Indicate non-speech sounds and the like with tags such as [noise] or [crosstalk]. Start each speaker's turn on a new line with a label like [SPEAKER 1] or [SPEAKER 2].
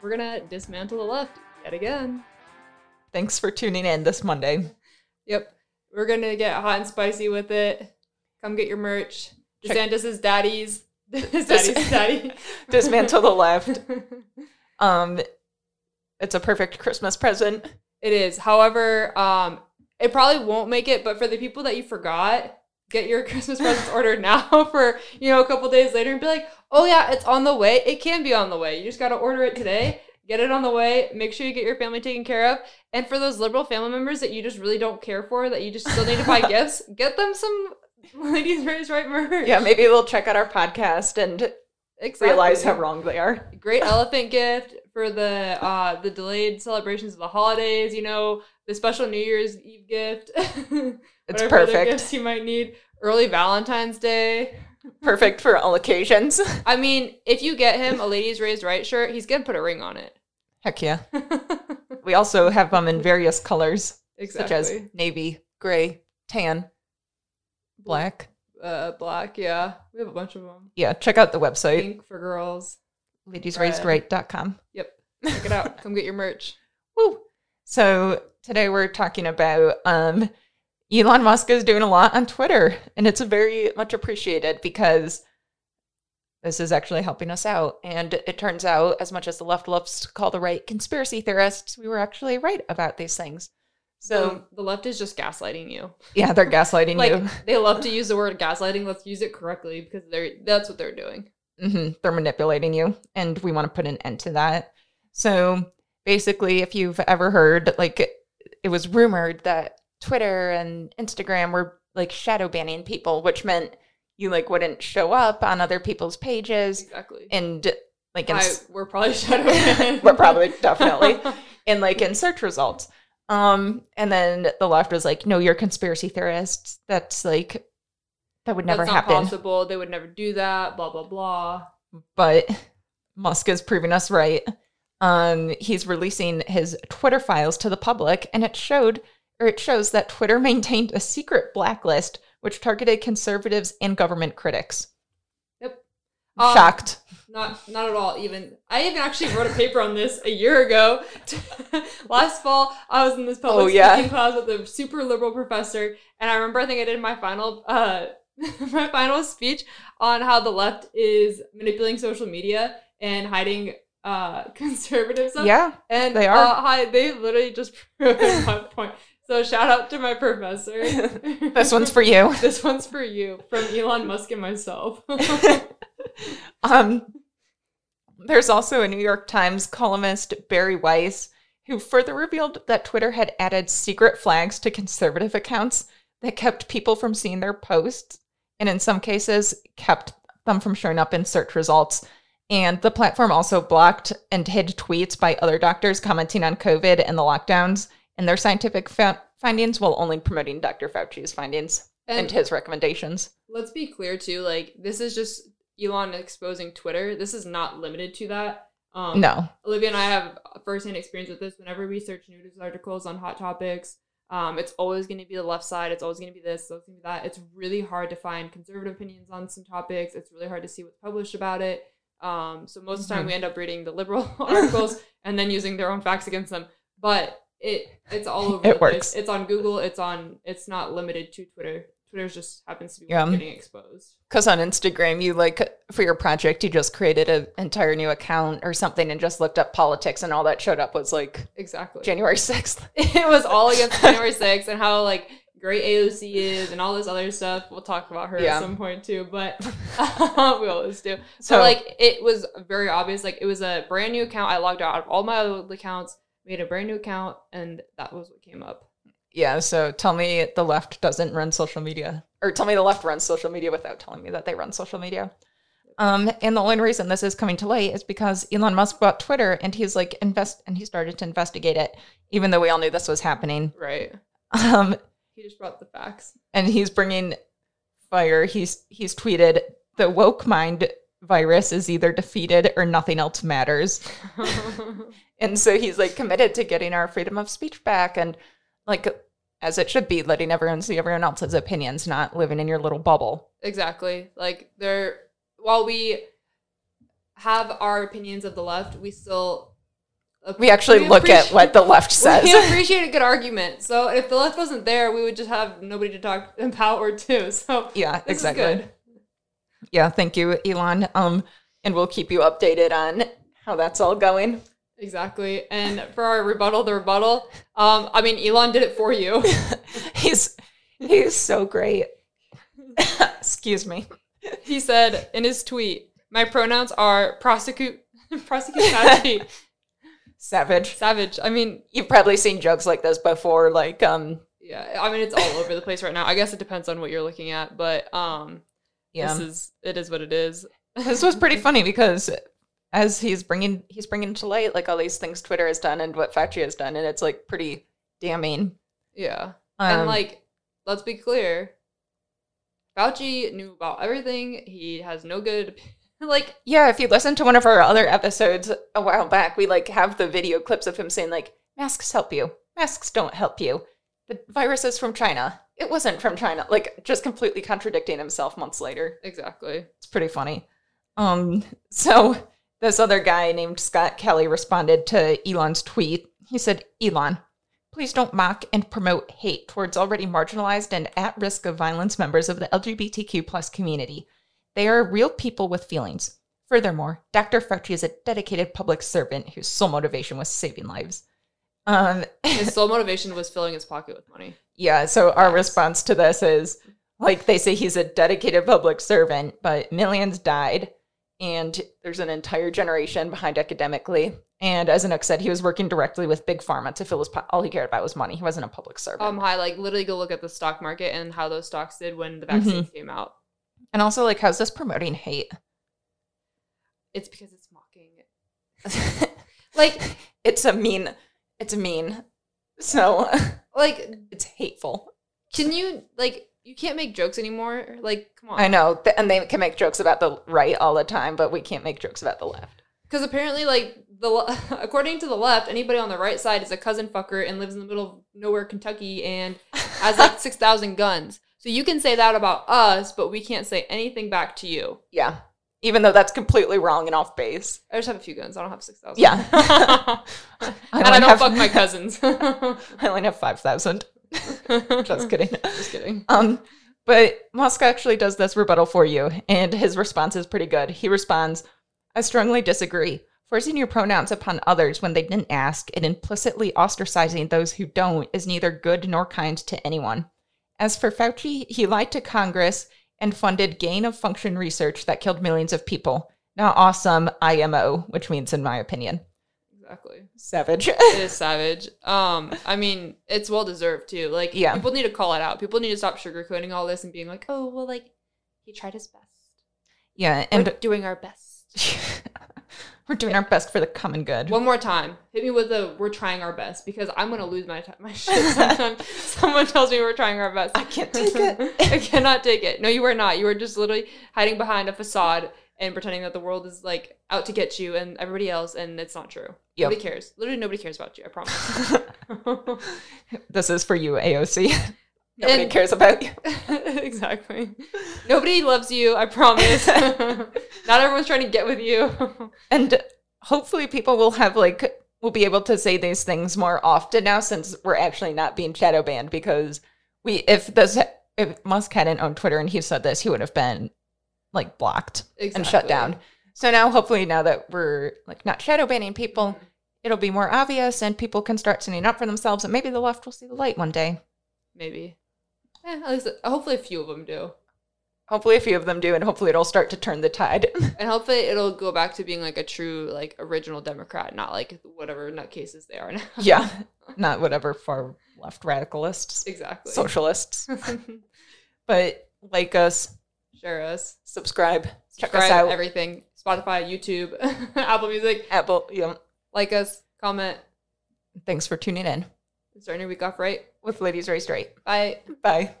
[SPEAKER 1] we're gonna dismantle the left yet again.
[SPEAKER 2] Thanks for tuning in this Monday.
[SPEAKER 1] Yep, we're gonna get hot and spicy with it. Come get your merch.
[SPEAKER 2] Check-
[SPEAKER 1] DeSantis is daddy's. [laughs] His daddy's his daddy. [laughs]
[SPEAKER 2] Dismantle the left. Um, it's a perfect Christmas present.
[SPEAKER 1] It is. However, um, it probably won't make it, but for the people that you forgot, get your [laughs] Christmas presents ordered now [laughs] for, you know, a couple days later and be like, oh yeah, it's on the way. It can be on the way. You just gotta order it today. Get it on the way. Make sure you get your family taken care of. And for those liberal family members that you just really don't care for, that you just still need
[SPEAKER 2] [laughs]
[SPEAKER 1] to buy gifts, get them some [laughs] ladies' raised right merch.
[SPEAKER 2] Yeah, maybe they'll check out our podcast and
[SPEAKER 1] exactly.
[SPEAKER 2] realize how wrong they are.
[SPEAKER 1] great elephant gift for the uh the delayed celebrations of the holidays you know the special new year's eve gift [laughs]
[SPEAKER 2] It's
[SPEAKER 1] Whatever other
[SPEAKER 2] perfect.
[SPEAKER 1] gifts you might need early valentine's day
[SPEAKER 2] Perfect for all occasions.
[SPEAKER 1] i mean if you get him a ladies raised right shirt he's gonna put a ring on it [laughs]
[SPEAKER 2] Heck yeah. We also have them in various colors,
[SPEAKER 1] exactly
[SPEAKER 2] such as navy, gray, tan, black.
[SPEAKER 1] uh black yeah we have a bunch of them
[SPEAKER 2] Yeah, check out the website,
[SPEAKER 1] pink for girls
[SPEAKER 2] ladiesraisedright.com.
[SPEAKER 1] yep check it out come get
[SPEAKER 2] [laughs]
[SPEAKER 1] your merch
[SPEAKER 2] Woo. So today we're talking about um, Elon Musk is doing a lot on Twitter, and it's very much appreciated because this is actually helping us out. And it turns out, as much as the left loves to call the right conspiracy theorists, we were actually right about these things. So
[SPEAKER 1] so the left is just gaslighting you
[SPEAKER 2] yeah, they're gaslighting
[SPEAKER 1] like they love to use the word gaslighting let's use it correctly because they're that's what they're doing
[SPEAKER 2] you. hmm They're manipulating you, and we want to put an end to that. So basically, if you've ever heard, like it was rumored that Twitter and Instagram were like shadow banning people, which meant you like wouldn't show up on other people's pages
[SPEAKER 1] exactly
[SPEAKER 2] and like in,
[SPEAKER 1] I, we're probably [laughs] shadowing.
[SPEAKER 2] [laughs] We're probably-
[SPEAKER 1] [laughs]
[SPEAKER 2] definitely. in like in search results. Um, and then the left was like, "No, you're conspiracy theorists. That's like that would never
[SPEAKER 1] That's
[SPEAKER 2] happen."
[SPEAKER 1] Not possible. They would never do that. Blah blah blah.
[SPEAKER 2] But Musk is proving us right. Um, he's releasing his Twitter files to the public, and it showed or it shows that Twitter [laughs] maintained a secret blacklist which targeted conservatives and government critics.
[SPEAKER 1] Yep. Um,
[SPEAKER 2] Shocked.
[SPEAKER 1] Not not at all. Even I even actually wrote a paper on this a year ago. [laughs] Last fall, I was in this public
[SPEAKER 2] Oh, yeah.
[SPEAKER 1] speaking class with a super liberal professor, and I remember I think I did my final uh [laughs] my final speech on how the left is manipulating social media and hiding uh [laughs] conservative stuff.
[SPEAKER 2] yeah.
[SPEAKER 1] And
[SPEAKER 2] They are.
[SPEAKER 1] Uh, hi, they literally just [laughs]
[SPEAKER 2] [laughs]
[SPEAKER 1] proved my point. So shout out to my professor.
[SPEAKER 2] This one's for you.
[SPEAKER 1] [laughs] this one's for you from Elon Musk and myself. [laughs]
[SPEAKER 2] um, there's also a New York Times columnist, Barry Weiss, who further revealed that Twitter had added secret flags to conservative accounts that kept people from seeing their posts and, in some cases, kept them from showing up in search results. And the platform also blocked and hid tweets by other doctors commenting on COVID and the lockdowns. And their scientific fou- findings while only promoting Dr. Fauci's findings and
[SPEAKER 1] and
[SPEAKER 2] his recommendations.
[SPEAKER 1] let's be clear too, like this is just Elon exposing Twitter. This is not limited to that. Um,
[SPEAKER 2] No.
[SPEAKER 1] Olivia and I have firsthand experience with this. Whenever we search news articles on hot topics, um, it's always going to be the left side. It's always going to be this. It's always going to be that. It's really hard to find conservative opinions on some topics. It's really hard to see what's published about it. Um, so most of the time,
[SPEAKER 2] Mhm.
[SPEAKER 1] we end up reading the liberal [laughs]
[SPEAKER 2] [laughs]
[SPEAKER 1] articles and then using their own facts against them. But it it's all
[SPEAKER 2] [laughs]
[SPEAKER 1] over.
[SPEAKER 2] It
[SPEAKER 1] the place.
[SPEAKER 2] works.
[SPEAKER 1] It's on Google. It's on. It's not limited to Twitter. Twitter just happens to be
[SPEAKER 2] Yeah.
[SPEAKER 1] getting exposed.
[SPEAKER 2] Because on Instagram, you like for your project, you just created an entire new account or something and just looked up politics, and all that showed up was like
[SPEAKER 1] Exactly.
[SPEAKER 2] January [laughs] 6th.
[SPEAKER 1] [laughs] it was all
[SPEAKER 2] [laughs]
[SPEAKER 1] against January 6th and how like great AOC is and all this other stuff. We'll talk about her
[SPEAKER 2] Yeah.
[SPEAKER 1] at some point too,
[SPEAKER 2] [laughs]
[SPEAKER 1] but [laughs] we always do.
[SPEAKER 2] So,
[SPEAKER 1] So like it was very obvious. Like it was a brand new account. I logged out of all my old accounts, made a brand new account, and that was what came up.
[SPEAKER 2] yeah, so tell me the left doesn't run social media, or tell me the left runs social media without telling me that they run social media. Um, and the only reason this is coming to light is because Elon Musk bought Twitter and he's like, invest, and he started to investigate it, even though we all knew this was happening. [laughs]
[SPEAKER 1] Right.
[SPEAKER 2] Um,
[SPEAKER 1] He just brought the facts. [laughs]
[SPEAKER 2] and he's bringing fire. He's he's tweeted the woke mind virus is either defeated or nothing else matters. And so he's like committed to getting our freedom of speech back and like as it should be, letting everyone see everyone else's opinions, not living in your little bubble.
[SPEAKER 1] exactly. Like they're while we have our opinions of the left, we still
[SPEAKER 2] We actually
[SPEAKER 1] We
[SPEAKER 2] look at what the
[SPEAKER 1] [laughs]
[SPEAKER 2] left says.
[SPEAKER 1] We appreciate a good argument. So if the left wasn't there, we would just have nobody to talk about or to. [laughs] So
[SPEAKER 2] yeah,
[SPEAKER 1] this
[SPEAKER 2] exactly.
[SPEAKER 1] is good.
[SPEAKER 2] Yeah, thank you, Elon. Um, and we'll keep you updated on how that's all going.
[SPEAKER 1] Exactly. And for our rebuttal, the rebuttal, um, I mean, Elon did it
[SPEAKER 2] [laughs]
[SPEAKER 1] for you.
[SPEAKER 2] He's he's so great. [laughs] Excuse me.
[SPEAKER 1] He said in his tweet, "My pronouns are prosecute, [laughs]
[SPEAKER 2] [laughs]
[SPEAKER 1] prosecute Savage.
[SPEAKER 2] Savage.
[SPEAKER 1] Savage. I mean,
[SPEAKER 2] You've probably seen jokes like this before, like um
[SPEAKER 1] yeah. I mean, it's all over the place right now. I guess it depends on what you're looking at, but um,
[SPEAKER 2] yeah.
[SPEAKER 1] this is it is what it is.
[SPEAKER 2] [laughs] this was pretty funny because as he's bringing he's bringing to light like all these things Twitter has done and what Fauci has done, and it's like pretty damning.
[SPEAKER 1] Yeah.
[SPEAKER 2] Um,
[SPEAKER 1] and like, let's be clear. Fauci knew about everything. He has no good. [laughs] Like,
[SPEAKER 2] yeah, if you listen to one of our other episodes a while back, we like have the video clips of him saying like masks help you, masks don't help you. The virus is from China. It wasn't from China. Like just completely contradicting himself months later.
[SPEAKER 1] exactly.
[SPEAKER 2] It's pretty funny. Um, [laughs] so this other guy named Scott Kelly responded to Elon's tweet. He said, Elon, please don't mock and promote hate towards already marginalized and at risk of violence members of the LGBTQ plus community. They are real people with feelings. Furthermore, Dr. Fauci is a dedicated public servant whose sole motivation was saving lives. Um,
[SPEAKER 1] His sole motivation was filling his pocket with money.
[SPEAKER 2] yeah, so our response to this is like they say he's a dedicated public servant, but millions died and there's an entire generation behind academically. And as Anouk said, he was working directly with big pharma to fill his po- all he cared about was money. He wasn't a public servant.
[SPEAKER 1] Um, high. Like, literally, go look at the stock market and how those stocks did when the vaccine came out.
[SPEAKER 2] and also like how's this promoting hate? [laughs]
[SPEAKER 1] It's because it's mocking. Like,
[SPEAKER 2] it's a mean it's mean. So [laughs]
[SPEAKER 1] like,
[SPEAKER 2] it's hateful.
[SPEAKER 1] can you like? You can't make jokes anymore. Like, come on.
[SPEAKER 2] I know. th- And they can make jokes about the right all the time, but we can't make jokes about the left.
[SPEAKER 1] Because apparently, like the le- [laughs] according to the left, anybody on the right side is a cousin fucker and lives in the middle of nowhere, Kentucky, and
[SPEAKER 2] [laughs]
[SPEAKER 1] has like six thousand guns. So you can say that about us, but we can't say anything back to you.
[SPEAKER 2] Yeah. Even though that's completely wrong and off base.
[SPEAKER 1] I just have a few guns. I don't have six thousand.
[SPEAKER 2] [laughs] Yeah.
[SPEAKER 1] and I
[SPEAKER 2] only
[SPEAKER 1] don't
[SPEAKER 2] have- [laughs]
[SPEAKER 1] fuck my cousins.
[SPEAKER 2] I only have 5,000. Just kidding.
[SPEAKER 1] [laughs] Just kidding.
[SPEAKER 2] Um, but Musk actually does this rebuttal for you, and his response is pretty good. He responds, I strongly disagree. Forcing your pronouns upon others when they didn't ask and implicitly ostracizing those who don't is neither good nor kind to anyone. As for Fauci, he lied to Congress and funded gain of function research that killed millions of people. Not awesome, IMO, which means, in my opinion,
[SPEAKER 1] Exactly.
[SPEAKER 2] savage.
[SPEAKER 1] It is savage. Um, I mean, it's well deserved too. Like,
[SPEAKER 2] Yeah.
[SPEAKER 1] people need to call it out. People need to stop sugarcoating all this and being like, "Oh, well, like he tried his best.
[SPEAKER 2] [laughs] yeah,
[SPEAKER 1] And
[SPEAKER 2] and
[SPEAKER 1] We're doing our best."
[SPEAKER 2] [laughs] We're doing our best for the common good.
[SPEAKER 1] One more time, hit me with the "We're trying our best" because I'm gonna lose my t- my [laughs] shit. Sometimes someone tells me we're trying our best.
[SPEAKER 2] I can't take it.
[SPEAKER 1] [laughs] I cannot take it. No, you are not. You are just literally hiding behind a facade and pretending that the world is like out to get you and everybody else, and it's not true.
[SPEAKER 2] Yep.
[SPEAKER 1] Nobody cares. Literally, nobody cares about you. I promise.
[SPEAKER 2] [laughs]
[SPEAKER 1] [laughs]
[SPEAKER 2] this is for you, AOC. [laughs] Nobody
[SPEAKER 1] And-
[SPEAKER 2] cares about you.
[SPEAKER 1] [laughs] exactly. Nobody loves you,
[SPEAKER 2] [laughs]
[SPEAKER 1] I promise. [laughs] Not everyone's trying to get with you. [laughs]
[SPEAKER 2] And hopefully, people will have like will be able to say these things more often now, since we're actually not being shadow banned. Because we, if this, if Musk hadn't owned Twitter and he said this, he would have been like blocked
[SPEAKER 1] exactly.
[SPEAKER 2] and shut down. So now, hopefully, now that we're like not shadow banning people, it'll be more obvious, and people can start standing up for themselves, and maybe the left will see the light one day.
[SPEAKER 1] Maybe. Eh, at least, hopefully, a few of them do.
[SPEAKER 2] Hopefully, a few of them do, and hopefully, it'll start to turn the tide.
[SPEAKER 1] And hopefully, it'll go back to being like a true, like, original Democrat, not like whatever nutcases they are now.
[SPEAKER 2] [laughs] yeah, not whatever far left radicalists,
[SPEAKER 1] [laughs] exactly. [laughs]
[SPEAKER 2] socialists, but like us,
[SPEAKER 1] Share us.
[SPEAKER 2] subscribe, check
[SPEAKER 1] Subscribe,
[SPEAKER 2] us out,
[SPEAKER 1] Everything. Spotify, YouTube, [laughs] Apple Music.
[SPEAKER 2] Apple. Yeah.
[SPEAKER 1] Like us. Comment.
[SPEAKER 2] Thanks for tuning in
[SPEAKER 1] Starting your week off right.
[SPEAKER 2] with Ladies Raised Right.
[SPEAKER 1] Bye.
[SPEAKER 2] Bye.